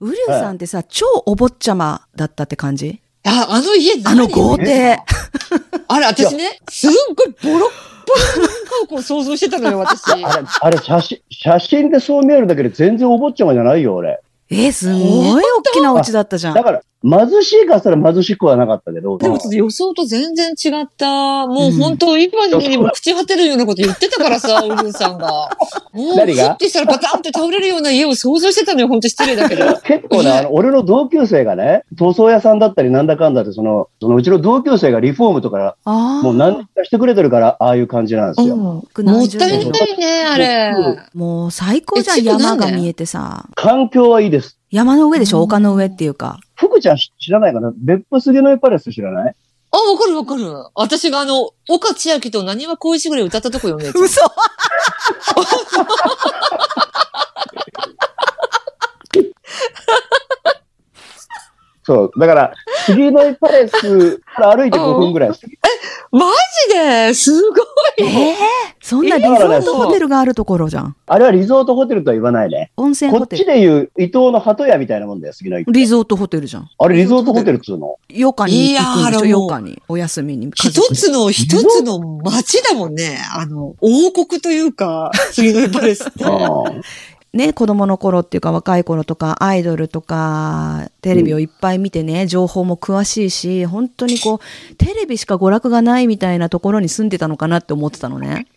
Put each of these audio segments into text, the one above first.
ウリュウさんってさ、超お坊ちゃまだったって感じあ、あの家あ何の豪邸。あれ、私ね、すんごいボロッボロの家を想像してたのよ、私。あれ、あれ写真、写真でそう見えるだけで全然お坊ちゃまじゃないよ、俺。えー、すごい大きなお家だったじゃんだ。から、貧しいかしたら貧しくはなかったけど。で もちょっと予想と全然違った。もう本当、今にも朽ち果てるようなこと言ってたからさ、ウルンさんが。もう、何がふってしたらバタンって倒れるような家を想像してたのよ、本当失礼だけど。結構ね、あの、俺の同級生がね、塗装屋さんだったりなんだかんだって、その、そのうちの同級生がリフォームとか、あもう何かしてくれてるから、ああいう感じなんですうんよ。もあ、っ何十た年いのないね、あれ。もう最高じゃえん、地区な山んでが見えてさ。環境はいいです。山の上でしょ丘の上っていうか。福ちゃん知知らないかな別府杉のパレス知らないあ、わかるわかる。私があの、岡千秋と何は小石ぐらい歌ったとこよね。 嘘そう。だから、杉のパレスから歩いて5分ぐらい。マジですごい。ええそんなリゾートホテルがあるところじゃん。あれはリゾートホテルとは言わないね。温泉こホっテちル。でいう伊東の鳩屋みたいなもんだよ、杉の一リゾートホテルじゃん。あれリゾートホテルっつうのヨカに行くんでしょいやーヨカに。お休みに。家一族でつの、一つの街だもんね。あの、王国という か、杉のパレスって。うんね、子供の頃っていうか若い頃とかアイドルとかテレビをいっぱい見てね、情報も詳しいし、本当にこう、テレビしか娯楽がないみたいなところに住んでたのかなって思ってたの ね。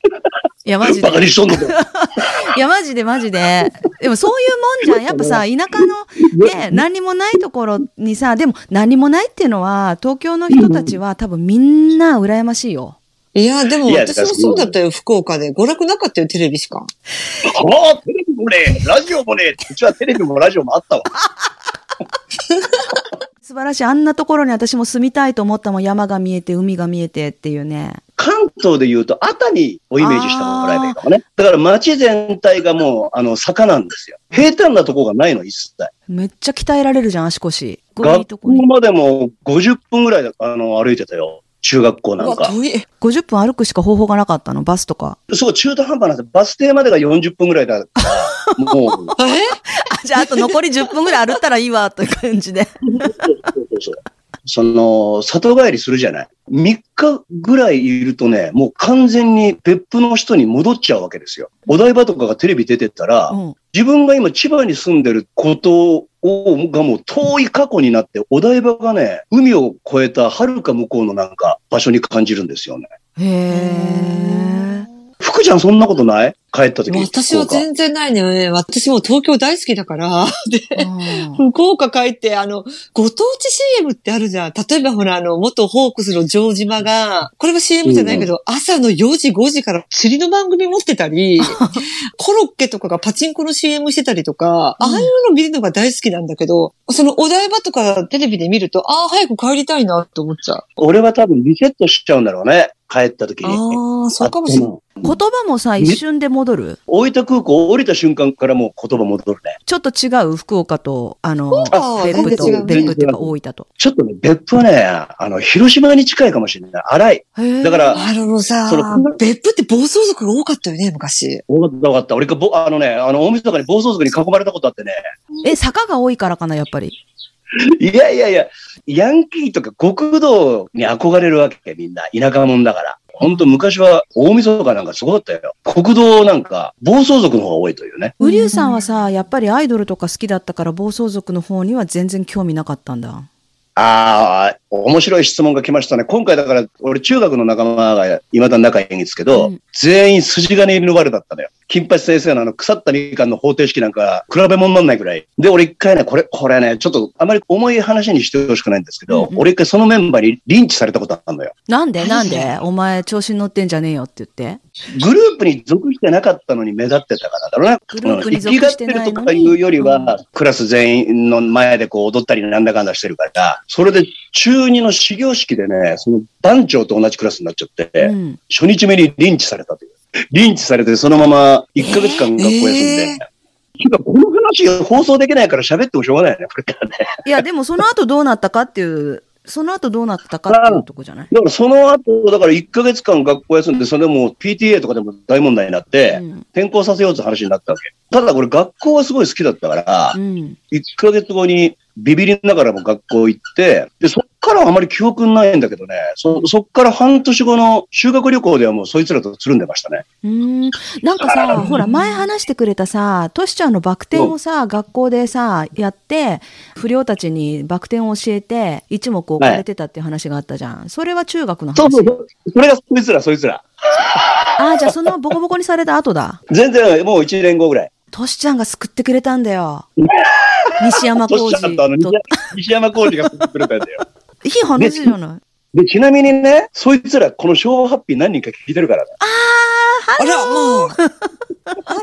いや、マジでバ。カにしとんのかよいや、マジでマジで。でもそういうもんじゃん。やっぱさ、田舎のね、何にもないところにさ、でも何にもないっていうのは、東京の人たちは多分みんな羨ましいよ。いや、でもいや私も確かにそうだったよ、福岡で。娯楽なかったよ、テレビしか。ああ、テレビもねえ、ラジオもねえ、うちはテレビもラジオもあったわ。素晴らしい。あんなところに私も住みたいと思ったもん。山が見えて、海が見えてっていうね。関東で言うと、熱海をイメージしたものもらえばいいかもね。だから街全体がもう、あの、坂なんですよ。平坦なとこがないの、一切。めっちゃ鍛えられるじゃん、足腰。こういいと学こ校に。までも50分ぐらい、あの、歩いてたよ。中学校なんうかわ。遠い。 50分歩くしか方法がなかったの、バスとか。 そう、中途半端なんですよ。バス停までが40分ぐらいだから、もう、そうえあ、じゃああと残り10分ぐらい歩ったらいいわ、という感じ で。そうそう。その、里帰りするじゃない。3日ぐらいいるとね、もう完全に別府の人に戻っちゃうわけですよ。お台場とかがテレビ出てたらう、ん。自分が今千葉に住んでることを、がもう遠い過去になって、お台場がね、海を越えた遥か向こうのなんか場所に感じるんですよね。へえ。福ちゃんそんなことない帰った時私は福岡全然ないね。私もう東京大好きだかうら。ん福岡帰って、あの、ご当地 CM ってあるじゃん。例えばほら、あの、元ホークスの城島が、これは CM じゃないけど、朝の4時、5時から釣りの番組持ってたり、コロッケとかがパチンコの CM してたりとか、うんああいうの見るのが大好きなんだけど、そのお台場とかテレビで見ると、ああ、早く帰りたいなって思っちゃう。俺は多分リセットしちゃうんだろうね。帰った時に。ああ、そうかもしれない。言葉もさ、一瞬で戻る大分空港降りた瞬間からもう言葉戻るね。ちょっと違う福岡と、あの、岡は別府と、全然違う別府っていうか大分と。ちょっとね、別府はね、あの、広島に近いかもしれない。荒い。へーだからあのさその、別府って暴走族が多かったよね、昔。分かった分かった。俺か、ぼあのね、あの、大晦日に暴走族に囲まれたことあってね。え、坂が多いからかな、やっぱり。 いやいやいや、ヤンキーとか極道に憧れるわけ、みんな。田舎者だから。ほんと昔は大晦日なんかすごかったよ。国道なんか暴走族の方が多いというね。ウリュウさんはさ、やっぱりアイドルとか好きだったから、暴走族の方には全然興味なかったんだ。ああ、面白い質問が来ましたね。今回だから、俺中学の仲間が未だ仲いいんですけど、うん全員筋金入りの悪だったのよ。金八先生のあの腐ったみかんの方程式なんか比べ物になんないぐらい。で、俺一回ね、これ、これね、ちょっとあまり重い話にしてほしくないんですけど、うんうん俺一回そのメンバーにリンチされたことあったのよ。なんでなん でお前調子に乗ってんじゃねえよって言って。グループに属してなかったのに目立ってたからだろうな。グループに属してないのに生きがってるとかいうよりは、クラス全員の前でこう踊ったりなんだかんだしてるから、それで中2の始業式でね、その番長と同じクラスになっちゃって、うん。初日目にリンチされたという。リンチされて、そのまま1ヶ月間学校休んで。てえかこの話放送できないから喋ってもしょうがないよね、これからね。いや、でもその後どうなったかっていうその後どうなったかっていうとこじゃない、だからその後、だから1ヶ月間学校休んで、それでもう PTA とかでも大問題になって、うん転校させようって話になったわけ。ただこれ学校はすごい好きだったからう、ん、 1ヶ月後にビビりながらも学校行って、で、そっからはあまり記憶にないんだけどね、そ、そっから半年後の修学旅行ではもうそいつらとつるんでましたね。うーんなんかさ、ほら、前話してくれたさ、トシちゃんのバク転をさ、学校でさ、やって、不良たちにバク転を教えて、一目置かれてたっていう話があったじゃん。それは中学の話。そうそう。それがそいつら、そいつら。ああ、じゃあそのボコボコにされた後だ。全然もう1年後ぐらい。トシちゃんが救ってくれたんだ よ。西山そ浩しちゃんとあの二と。西い山西山浩二が作ってくれたんだよ。い話じゃない。で、ちなみにね、そいつらこの昭和ハッピー何人か聞いてるからね。あら、もう。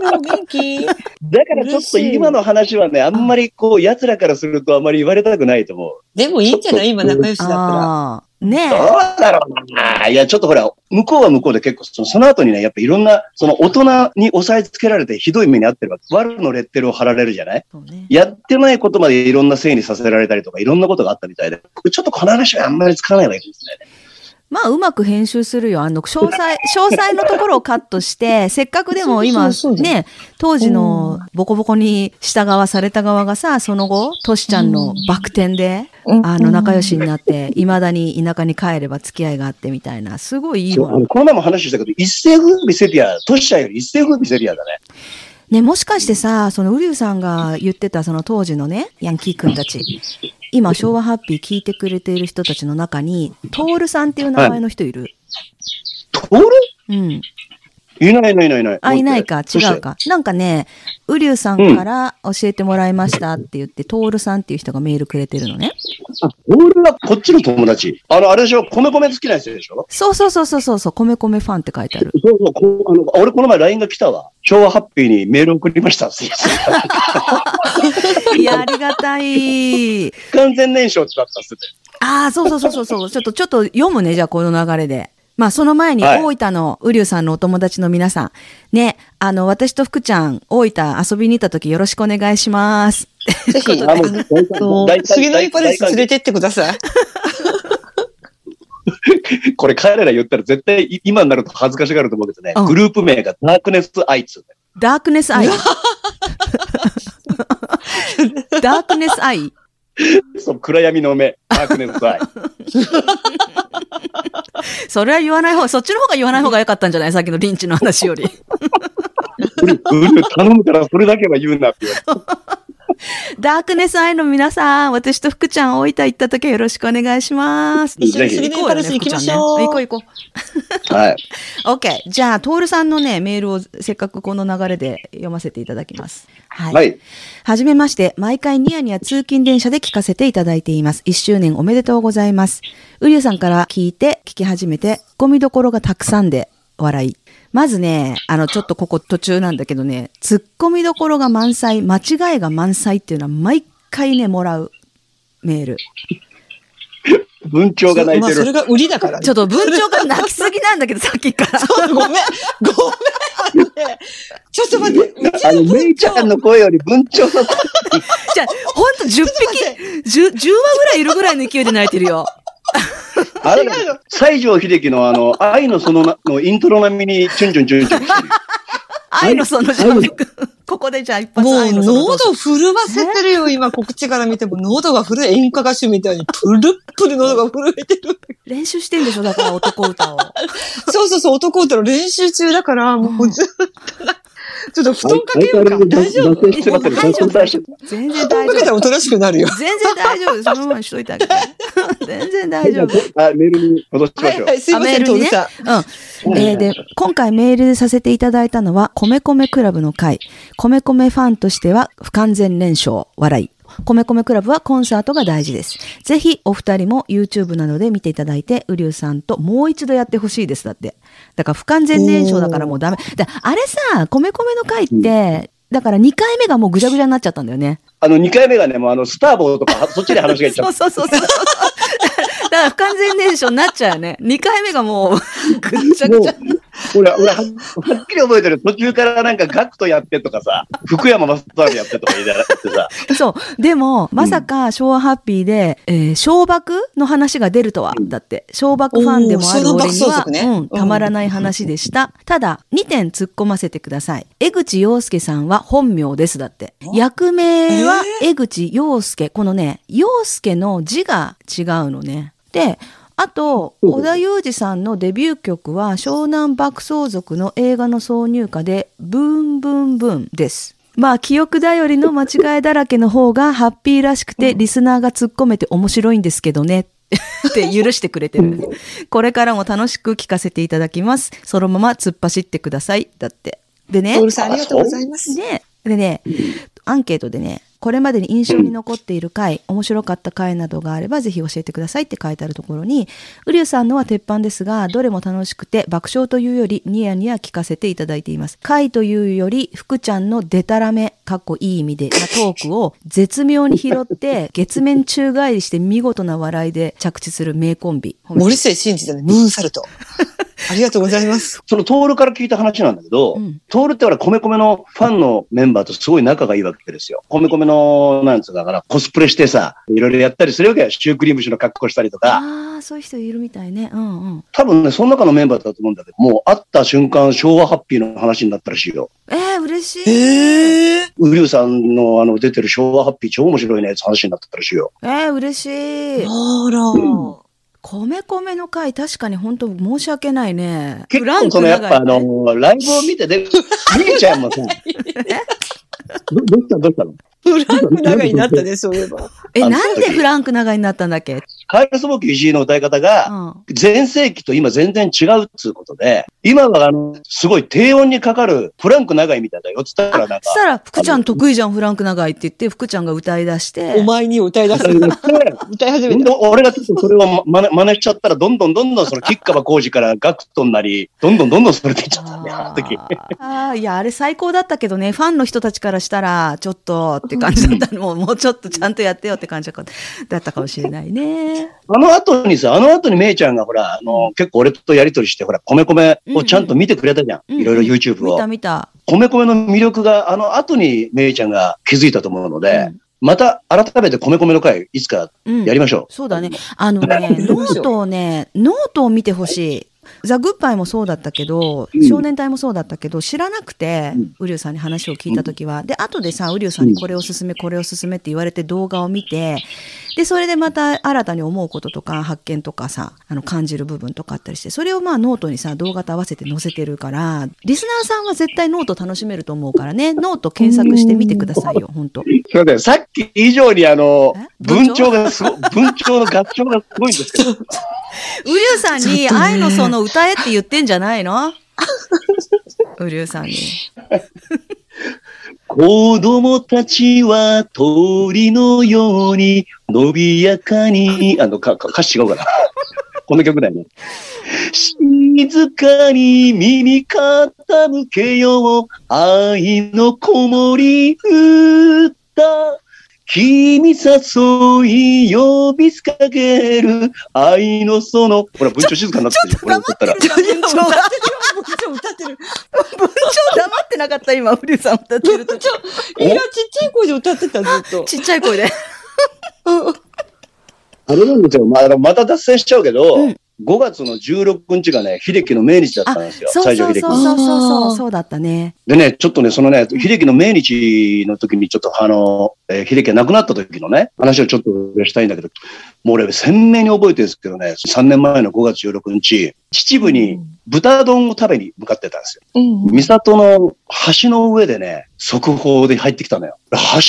あら、元気。だからちょっと今の話はね、あんまりこう、奴らからするとあんまり言われたくないと思う。でもいいんじゃない今仲良しだったら。ああ、ねどうえ。だろうな。いや、ちょっとほら、向こうは向こうで結構、そのその後にね、やっぱいろんな、その大人に押さえつけられてひどい目に遭ってるわけ。悪のレッテルを貼られるじゃないそうねやってないことまでいろんなせいにさせられたりとか、いろんなことがあったみたいで、僕ちょっとこの話はあんまりつかないわけですね。まあ、うまく編集するよ。あの、 詳細、詳細のところをカットして、せっかくでも今そうそう、そうだね、当時のボコボコに従わされた側がさ、その後、トシちゃんのバク転で、あの、仲良しになって、未だに田舎に帰れば付き合いがあってみたいな、すごいいいわそう。この前も話したけど、一世風靡セピア、トシちゃんより一世風靡セピアだね。ね、もしかしてさ、その、ウリュウさんが言ってた、その当時のね、ヤンキー君たち、今、昭和ハッピー聞いてくれている人たちの中に、トールさんっていう名前の人いる。トールうん。いないいないいないいない。あ、いないか、どして違う。か。なんかね、ウリュウさんから教えてもらいましたって言って、トールさんっていう人がメールくれてるのね。あトールはこっちの友達。あの、あれでしょ、米米好きな人でしょそうそうそうそうそうそう、米米ファンって書いて ある。そうそう、こうあの俺この前 LINE が来たわ。昭和ハッピーにメール送りました。すい ませんいや、ありがたい。完全燃焼ってなったっすね。ああ、そうそうそうそうそう。ちょっと、ちょっと読むね、じゃあ、この流れで。まあ、その前に、はい大分のウリュウさんのお友達の皆さん。ね、あの、私と福ちゃん、大分遊びに行った時よろしくお願いします。ぜひ、あもうあ大歓の大歓杉の井パレス連れてってください。これ彼ら言ったら絶対い今になると恥ずかしがると思うけどねうん。グループ名がダークネスアイツ。ダークネス アイ。ダークネスアイ。そう、暗闇の目。ダークネスアイ。それは言わない方、そっちの方が言わない方が良かったんじゃないさっきのリンチの話 より。うるうる頼むからそれだけは言うなって言われてダークネスアイの皆さん、私と福ちゃん大分行った時はよろしくお願いします。ぜひ一緒に杉の井パレス行きましょう。行こうよね福ちゃんね行こう行こはい。う。オッケー。じゃあ、トールさんのね、メールをせっかくこの流れで読ませていただきます。はい。はい。はじめまして、毎回ニヤニヤ通勤電車で聞かせていただいています。1周年おめでとうございます。うりゅうさんから聞いて、聞き始めて、ゴミどころがたくさんで、笑い。まずね、あの、ちょっとここ途中なんだけどね、ツッコミどころが満載、間違いが満載っていうのは毎回ね、もらうメール。文鳥が泣いまてあそれる。が売りだからねちょっと文鳥が泣きすぎなんだけど、さっきから。ごめん、ごめん、あのねちょっと待って、うちあのの、文めいちゃんの声より文鳥 の声。じゃあ、ほんと10匹、10、10話ぐらいいるぐらいの勢いで泣いてるよ。あれね西城秀樹のあの、愛のその名のイントロ並みに、チュンチュンチュンチュン。愛のその上陸。ここでじゃあ一発もう愛のその上陸喉震わせてるよ、今、告知から見ても。喉が震え、演歌歌手みたいに、プルップル喉が震えてる。練習してんでしょだから男歌を。そうそうそう、男歌の練習中だから、もうずっと、ちょっと布団かけようか。大丈夫脱線してますよ大丈夫脱線してます全然布団大かけた丈ら夫。おとなしくなるよ。全然大丈夫。そのままにしといてあげて。全然大丈夫。あ、メールに戻しまはしいょうは。い、すいません、あメールトにルねさうん。ん。えーで、今回メールさせていただいたのは、米米クラブの会。米米ファンとしては不完全燃焼、笑い。米米クラブはコンサートが大事です。ぜひお二人も YouTube などで見ていただいて、うりゅうさんともう一度やってほしいです。だって。だから不完全燃焼だからもうダメ。だあれさ、米米の会って、だから2回目がもうぐちゃぐちゃになっちゃったんだよね。あの、2回目がね、もうあの、スターボーとか、そっちで話がいっちゃそうっそうそうそう。だから不完全燃焼になっちゃうよね。2回目がもうぐっちた。ゃもぐちうゃ。、俺、俺、ははっきり覚えてる。途中からなんか、ガクトやってとかさ、福山雅治やってとか言いながらやってさ、 そう。でも、まさか昭和ハッピーで、えー、小爆の話が出るとは。だって、小爆ファンでもあるおー俺にその爆は、走族ねうん、たまらない話でした。ただ、2点突っ込ませてください。江口洋介さんは本名です。だって。役名は江口洋介。このね、洋介の字が違うのね。で、あと、ほうほう織田裕二さんのデビュー曲は湘南爆走族の映画の挿入歌で、ブンブンブンです。まあ、記憶頼りの間違いだらけの方がハッピーらしくて、リスナーが突っ込めて面白いんですけどね。 って許してくれてる。これからも楽しく聞かせていただきます。そのまま突っ走ってください。だって。でね。トールさんありがとうございます。ね、でね、アンケートでね、これまでに印象に残っている回、面白かった回などがあればぜひ教えてくださいって書いてあるところに、ウリュウさんのは鉄板ですが、どれも楽しくて爆笑というよりニヤニヤ聞かせていただいています。回というより、福ちゃんのデタラメ、かっこいい意味で、なトークを絶妙に拾 って、月面宙返りして見事な笑いで着地する名コンビ。褒めて森末慎二だね、ムーンサ ルト。ありがとうございます。そのトールから聞いた話なんだけど、うんトールって俺、米米のファンのメンバーとすごい仲がいいわけですよ。米米の、なんつうかだから、コスプレしてさ、いろいろやったりするわけよ。シュークリーム種の格好したりとか。ああ、そういう人いるみたいね。うんうん。多分ね、その中のメンバーだと思うんだけど、もう会った瞬間、昭和ハッピーの話になったらしいよ。えー、嬉しい。ええー。ウリュウさんのあの出てる昭和ハッピー超面白いねって話になったらしいよ。えー、嬉しい。あら。米米の会、確かに本当申し訳ないね。結構そのやっぱあの、ライブを見てで、みげちゃ んもさ、どどうしたどうしたのフランク長いになったね、そういえば。え、あのなんでフランク長いになったんだっけ、カエルソボキ石井の歌い方うが、ん、前世紀と今全然違うっつうことで、今はあの、すごい低音にかかるフランク長いみたいだよっつったらなんそしか、たら、福ちゃん得意じゃん、フランク長いって言って、福ちゃんが歌い出して。お前に歌い出す。歌い始 めた。俺がちょっとそれをままね真似しちゃったら、どんどんどんどんそ の、吉川浩司からガクトになり、どんどんどんどんそれでいっちゃったね、あの時。あーいや、あれ最高だったけどね、ファンの人たちからしたら、ちょっとって感じだったの、もうもうちょっとちゃんとやってよって感じだっただったかもしれないね。あの後にさ、あの後にめいちゃんがほら、あの、結構俺とやりとりして、ほら、米米をちゃんと見てくれたじゃうんうんん。いろいろ YouTube 見をた。見た。米米の魅力が、あの後にめいちゃんが気づいたと思うので、また改めて米米の回、いつかうんやりましょそうだね。あの ね、ノートをね、ノートを見てほしい。ザ・グッバイもそうだったけどう、ん少年隊もそうだったけど、知らなくてうん、ウリュウさんに話を聞いたときは、で、後でさ、ウリュウさんにこれを進め、これを進めって言われて動画を見て、で、それでまた新たに思うこととか、発見とかさ、あの、感じる部分とかあったりして、それをまあノートにさ、動画と合わせて載せてるから、リスナーさんは絶対ノート楽しめると思うからね、ノート検索してみてくださいよ、本当う。すいません、さっき以上にあのえ、文鳥がすご、文鳥の合唱がすごいんですけど、ウリュウさんに愛のその歌えって言ってんじゃないのウリュウさんに。子供たちは鳥のように伸びやかに、あの、かか歌詞違うかな。この曲だよね。静かに耳傾けよう。愛のこもり歌。君誘い呼びかける愛のその。ほら、文鳥静かになってるよ。これ歌ったら。文鳥文黙鳥歌ってる。ってなかった今、ウリュウさん歌ってるとき。いや、ちっちゃい声で歌ってた、ずっと。ちっちゃい声で。あれなんですよ。まあ、また脱線しちゃうけど、うん5月の16日がね、秀樹の命日だったんですよ。そうそ西う城そう秀樹そうの。そうそうそうだったね。でね、ちょっとね、そのね、秀樹の命日の時に、ちょっとあの、えー秀樹が亡くなった時のね、話をちょっとしたいんだけど、もう俺、鮮明に覚えてるんですけどね、3年前の5月16日、秩父に豚丼を食べに向かってたんですよ。うん三郷の橋の上でね、速報で入ってきたのよ。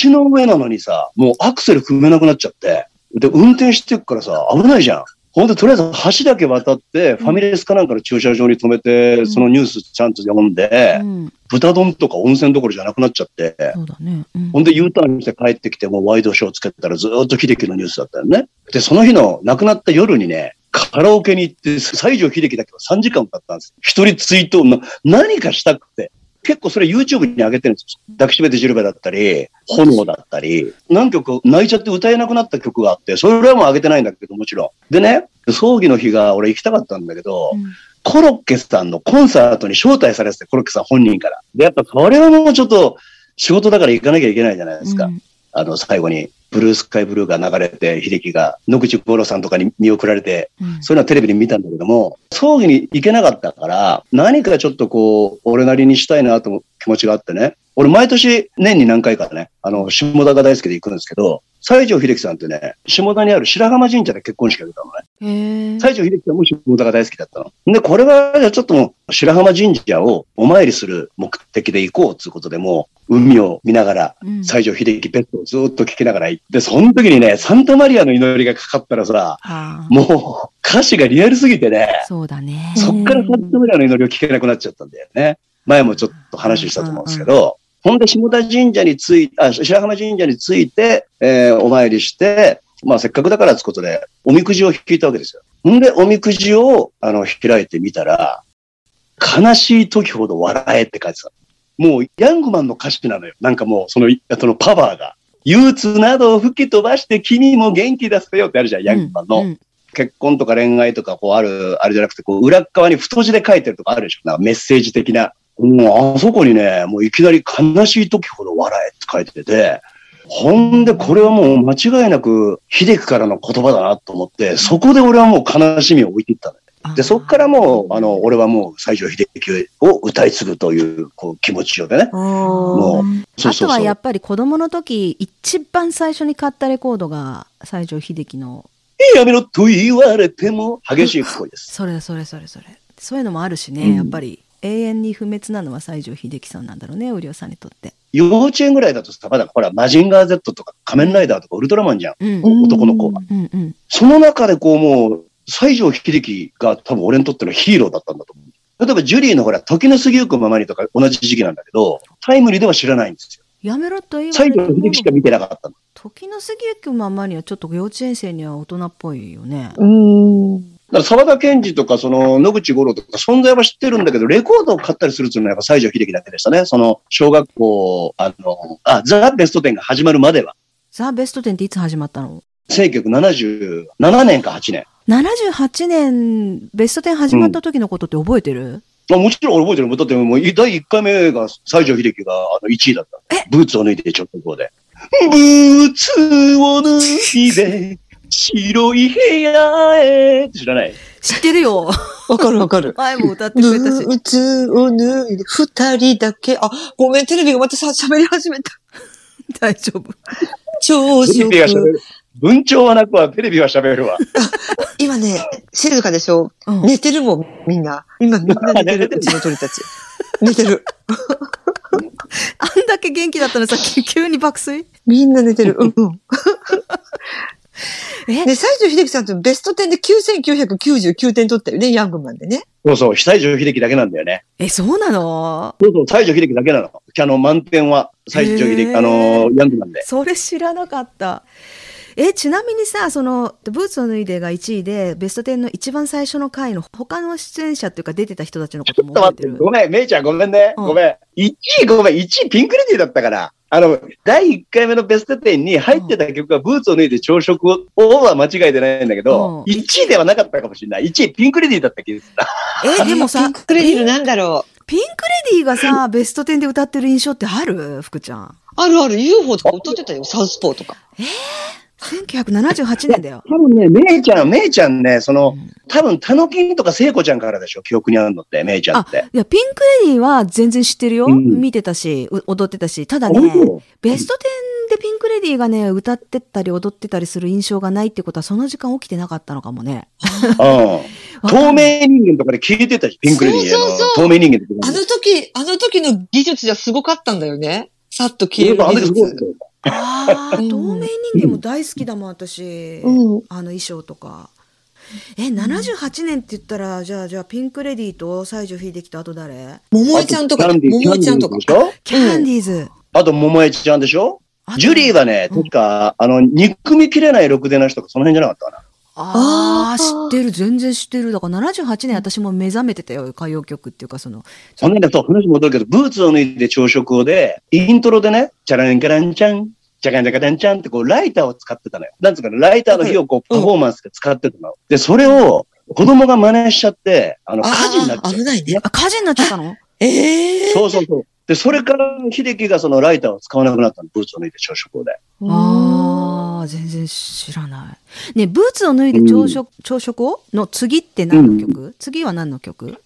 橋の上なのにさ、もうアクセル踏めなくなっちゃって、で、運転してくからさ、危ないじゃん。ほんで、とりあえず橋だけ渡って、ファミレスかなんかの駐車場に止めて、んそのニュースちゃんと読んで、うん。豚丼とか温泉どころじゃなくなっちゃって、そうだね。うんほんで U ターンして帰ってきて、もうワイドショーつけたらずーっと秀樹のニュースだったよね。で、その日の亡くなった夜にね、カラオケに行って、西城秀樹だけは3時間歌ったんですよ。一人追悼の、何かしたくて。結構それ YouTube に上げてるんですよ。抱きしめてジルベだったり、炎だったり、何曲泣いちゃって歌えなくなった曲があって、それはもう上げてないんだけど、もちろん。でね、葬儀の日が俺行きたかったんだけど、うんコロッケさんのコンサートに招待されてて、コロッケさん本人から。で、やっぱこれはもうちょっと仕事だから行かなきゃいけないじゃないですか。うんあの、最後に、ブルースカイブルーが流れて、秀樹が野口五郎さんとかに見送られて、うんそういうのはテレビで見たんだけども、葬儀に行けなかったから、何かちょっとこう、俺なりにしたいなと思う気持ちがあってね。俺毎年年に何回かね、あの、下田が大好きで行くんですけど、西城秀樹さんってね、下田にある白浜神社で結婚式を挙げたのね。へえ。西城秀樹さんも下田が大好きだったの。で、これはじゃあちょっともう白浜神社をお参りする目的で行こうっていうことでもう、海を見ながら、うん西城秀樹ペットをずっと聞きながら行って、その時にね、サンタマリアの祈りがかかったらさ、あーもう歌詞がリアルすぎてね、そうだね。そっからサンタマリアの祈りを聞けなくなっちゃったんだよね。前もちょっと話したと思うんですけど、ほんで下田神社についあ、白浜神社について、えーお参りして、まあせっかくだからってことで、おみくじを引いたわけですよ。ほんで、おみくじを、あの、開いてみたら、悲しい時ほど笑えって書いてた。もう、ヤングマンの歌詞なのよ。なんかもう、その、そのパワーが。憂鬱などを吹き飛ばして君も元気出せよってあるじゃん、ヤングマンの。うんうん結婚とか恋愛とかこうある、あれじゃなくて、こう裏っ側に太字で書いてるとかあるでしょなんかメッセージ的な。もうあそこにね、もういきなり悲しい時ほど笑えって書いてて、ほんでこれはもう間違いなく、秀樹からの言葉だなと思って、そこで俺はもう悲しみを置いていったのよで、そこからもう、あの、俺はもう西城秀樹を歌い継ぐという、こう気持ちをね。あもあそうそとうそはう。やっぱり子供の時一番最初に買ったレコードが西城秀樹のやめろと言われても激しい声です。それそれそれそれそういうのもあるしね、うんやっぱり永遠に不滅なのは西城秀樹さんなんだろうね瓜生さんにとって、幼稚園ぐらいだとさ、まだほら、マジンガー Z とか仮面ライダーとかウルトラマンじゃん。うん、うんー男の子は。うんうんその中でこうもう、西城秀樹が多分俺にとってのヒーローだったんだと思う。例えばジュリーのほら、時の過ぎゆくままにとか同じ時期なんだけど、タイムリーでは知らないんですよ。やめろと言わ西れて城も秀樹しか見てなかったの。時の過ぎゆくままにはちょっと幼稚園生には大人っぽいよね、うん。だから沢田研二とか、その野口五郎とか存在は知ってるんだけど、レコードを買ったりするっていうのはやっぱ西城秀樹だけでしたね。その、小学校、あの、あ、ザ・ベストテンが始まるまでは。ザ・ベストテンっていつ始まったの1977年か8年。 78年ベストテン始まった時のことって覚えてる、まあ、もちろん俺覚えてるもん。だってもう第1回目が西城秀樹があの1位だった。ブーツを脱いで直後で。ブーツを脱いで白い部屋へ。知らない。知ってる よわかるわかる。前も歌ってブくれたしーツを脱いで、二人だけ。あ、ごめん、テレビがまたさ喋り始めた。大丈夫朝テレビが喋食。る。文鳥はなくはテレビは喋るわ。今ね、静かでしょうん寝てるもん、みんな。今みんな 寝て寝るて、るうちの鳥たち。寝てる。あんだけ元気だったのにさ急急に爆睡みんな寝 てる。うんうん。えね、西城秀樹さんとベスト10で9999点取ったよね、ヤングマンでね。そうそう、西城秀樹だけなんだよね。えそうなのそうそう、西城秀樹だけなの。あの、満点は西城秀へ樹、ーあの、ヤングなんで。それ知らなかった。えちなみにさその「ブーツを脱いで」が1位でベスト10の一番最初の回の他の出演者っていうか出てた人たちのこちとょっもと覚待えってて、るごめん、めいちゃんごめんね。うんごめん。1位ごめん、1位ピンクレディーだったから。あの、第1回目のベスト10に入ってた曲がブーツを脱いで朝食を、は間違いでないんだけど、うん1位ではなかったかもしれない。1位ピンクレディーだった気がするな。えでもさピンクレディーのなんだろう。ピンクレディーがさベスト10で歌ってる印象ってある福ちゃんあるある UFO とか歌ってたよ、サウスポーとか。 1978年だ よ、多分ね、めいちゃん、めいちゃんね、そうの、ん多分、たのきんとか聖子ちゃんからでしょ、記憶にあるのって、めいちゃんって。いやピンクレディーは全然知ってるよ、うん見てたしう踊ってたしただね本当ベスト10でピンクレディーがね歌ってったり踊ってたりする印象がないってことはその時間起きてなかったのかもねうん。透明人間とかで聞いてたし、ピンクレディーのそうそうそ透明人間とか。あの時、あの時の技術じゃすごかったんだよね。さっと消えるやっぱあの技時す術。ごいよああ、うん透明人間も大好きだもん、私。うん。あの衣装とか。え、78年って言ったら、じゃあ、じゃあ、ピンクレディーと西城秀樹とあと誰桃江ちゃんとか、あキャンディー桃江ちゃんとか。キャンディーでしょキャンディーズ。あと、桃江ちゃんでしょジュリーが。はね、うん確か、あの、憎みきれないろくでなしとか、その辺じゃなかったかああ、知あーってる、全然知ってる。だから78年私も目覚めてたよ、歌謡曲っていうか、その。な。その辺だと話戻るけど、ブーツを脱いで朝食をで、イントロでね、チャランカランチャン、チャカンチャカチャンチャンってこう、ライターを使ってたのよ。なんつうかな、ライターの火をこう、うんパフォーマンスで使ってたの。で、それを、子供が真似しちゃって、あの、あ火事になっあ、ちゃ危う。ないね。あ、火事になっちゃったのええー。そうそうそう。で、それから、秀樹がそのライターを使わなくなったの、ブーツを脱いで朝食をで。ああ、全然知らない。ね、ブーツを脱いで朝食、朝食をの次って何の曲、次は何の曲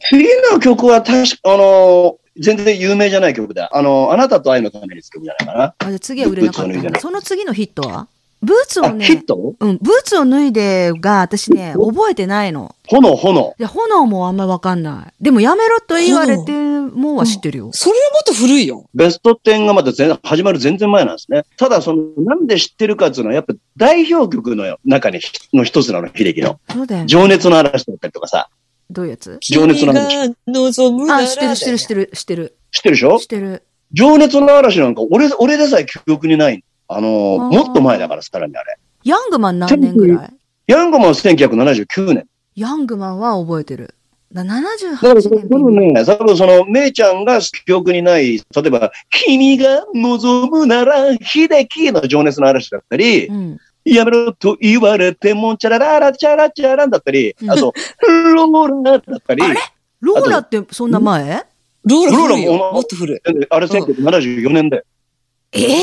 次の曲は確か、あのー全然有名じゃない曲だ。あのーあなたと愛のために作る曲じゃないかな。あ、じゃあ次は売れなかっブーツを脱いでたなの。その次のヒットはブーツをあ、ヒッね、トうん、ブーツを脱いでが私ね、覚えてないの。炎、炎。いや、炎もあんまわかんない。でもやめろと言われてもは知ってるよ。それはもっと古いよ。ベスト10がまだ全始まる全然前なんですね。ただ、その、なんで知ってるかっていうのは、やっぱ代表曲の中にの一つなの、秀樹の。そうだよね。情熱の嵐だったりとかさ。どういうやつ情熱の君嵐。が望むならあ、知ってる、知ってる、知ってる、知ってる。知ってるでしょ知ってる。情熱の嵐なんか、俺、俺でさえ記憶にない。あのーあーもっと前だから、さらにあれ。ヤングマン何年ぐらいヤングマンは1979年。ヤングマンは覚えてる。なだからそ78れ年多分ね、多分その、めいちゃんが記憶にない、例えば、君が望むなら、秀樹の情熱の嵐だったり、うん。やめろと言われても、チャラララチャラチャランだったりう、んあと、ローラだったり、あれローラってそんな前ローラ古いローラよももっと古い。あれ1974年だよ。ええ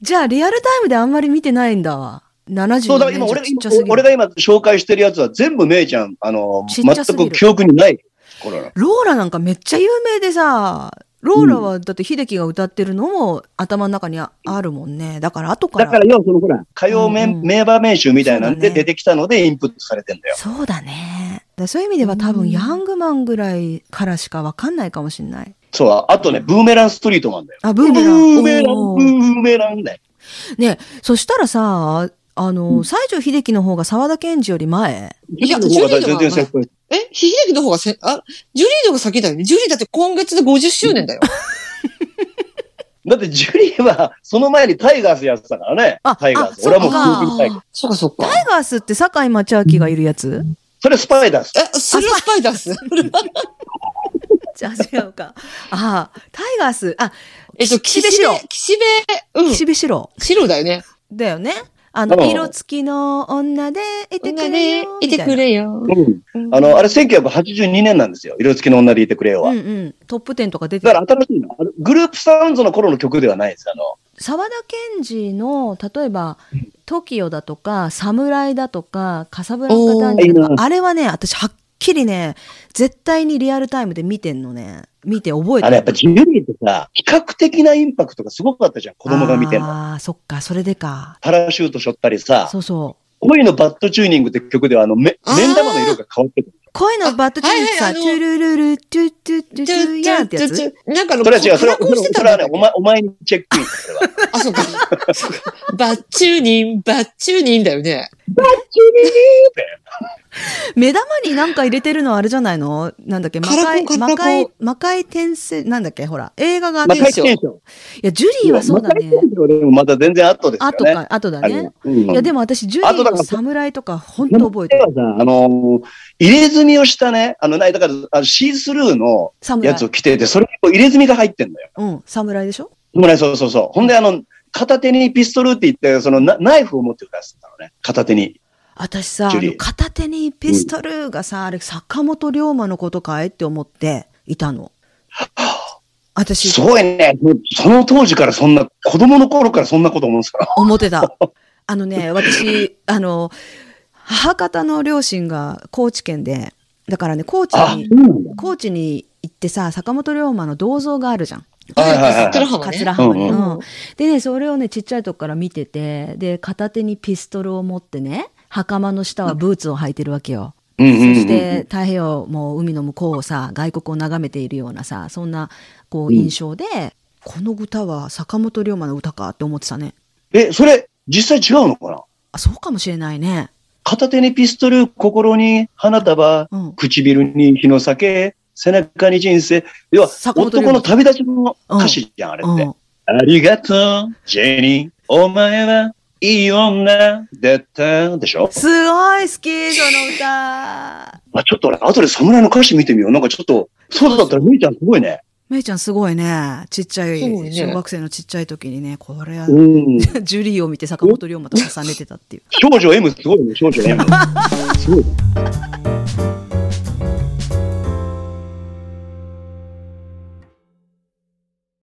じゃあリアルタイムであんまり見てないんだわ。70そうだから今俺がちっちゃ今すぎる俺が今紹介してるやつは全部めいちゃん、あの、ちっちゃす全ぎるく記憶にない頃なの。ローラなんかめっちゃ有名でさ、ローラはだって秀樹が歌ってるのも頭の中にああるもんね。だから後かだら。から要はそのほら、歌謡名,、うんうん名場名集みたいなんそでうだね出てきたのでインプットされてんだよ。そうだね。だからそういう意味では多分ヤングマンぐらいからしかわかんないかもしれない。そう、あとね、ブーメランストリートもあんだよ。あ、ブブーメラン。ーメラン、おブーーメランだよ。そしたらさ、あうの、西城秀樹の方が沢田研二より前いやジュリーの方が全然ジュリーの先輩。え秀樹の方がせ、あ、ジュリーの方が先だよね。ジュリーだって今月で50周年だよ。だってジュリーは、その前にタイガースやってたからね。あタイガース。あ俺はもう記そっか憶にない。そっかそっか。タイガースって堺井町明がいるやつそれスパイダース。え、それはスパイダー ス。 じゃあ違うか。ああ、タイガース、あ、えっと、岸 岸辺辺白。岸辺、うん。岸辺四郎。白だよね。だよね。あうの、ん色付きの女でいてくれよ。いてくみれよ。うん。あの、あれ1982年なんですよ。色付きの女でいてくれよたは。いな。うんうん。トップ10とか出てだるから新しいの。あのグループサウンズの頃の曲ではないです。あの、沢田研二の、例えば、TOKIO だとか、侍だとか、カサブランカ男お女ーいいとなか、あれはね、私はっきりね、絶対にリアルタイムで見てんのね。見て覚えてあれやっぱジュリーってさ、比較的なインパクトがすごかったじゃん。子供が見ても。ああ、そっか、それでか。パラシュートしょったりさ、そうそう。恋のバッドチューニングって曲ではあの、めあー面玉の色が変わってくる。恋のバッドチューンってあさ、はいチはいュルルル、チュチュチュチュやんってやつなんかあの、それは違う。それは、暗それくはしてそたんれはだっけね、お前、お前にチェックイン。それはあ、そうか。バッチューニン、バッチューニンだよね。目玉になんか入れてるのあれじゃないのなんだっけ魔カラコン界、カラコン魔界、魔界転生、なんだっけほら、映画があって魔い界テンション。や、ジュリーはそうだね魔。界テンションでもまた全然後ですよね。後か、後だあれねは。。うんいや、でも私、ジュリあとだーかのら侍とか、本当覚えてでる。はさ、あのー入れ墨をしたね、あの、ない、だから、あのシースルーのや侍つ。を着てて、それにこう入れ墨が入ってんだよ。うん、侍でしょでもね、そうそうそう。ほんで、あの、片手にピストルって言って、そのナナイフを持って歌ってたのね。片手に。私さ、あジュリーの片手にピストルがさ、あれ、坂本龍馬のことかいって思っていたの。私、すごいね。もうその当時からそんな、子供の頃からそんなこと思うんですから。思って た。あのね、私、あの、母方の両親が高知県で、だからね、高知あ、にそうなんだ。高知に行ってさ坂本龍馬の銅像があるじゃんはいはいはい桂浜ね桂。浜に、うんうんうんでねそれをねちっちゃい時から見ててで片手にピストルを持ってね袴の下はブーツを履いてるわけよ、うんうんうんうんそして太平洋も海の向こうをさ外国を眺めているようなさそんなこううん印象で、この歌は坂本龍馬の歌かって思ってたねえ、それ、実際違うのかなあそうかもしれないね片手にピストル、心に花束、うん唇に日の酒、背中に人生。要は、坂本龍馬男の旅立ちの歌詞じゃん、あれうって。んありがとう、ジェニー。お前はいい女だったでしょすごい好きその歌あ、ちょっと俺、後で侍の歌詞見てみよう。なんかちょっと、そうだったら、みーちゃんすごいね。めいちゃんすごいね。ちっちゃい、そうね小学生のちっちゃい時にね、これは、うん。ジュリーを見て坂本龍馬と重ねてたっていう。少女 M すごいね、少女 M。すごいね。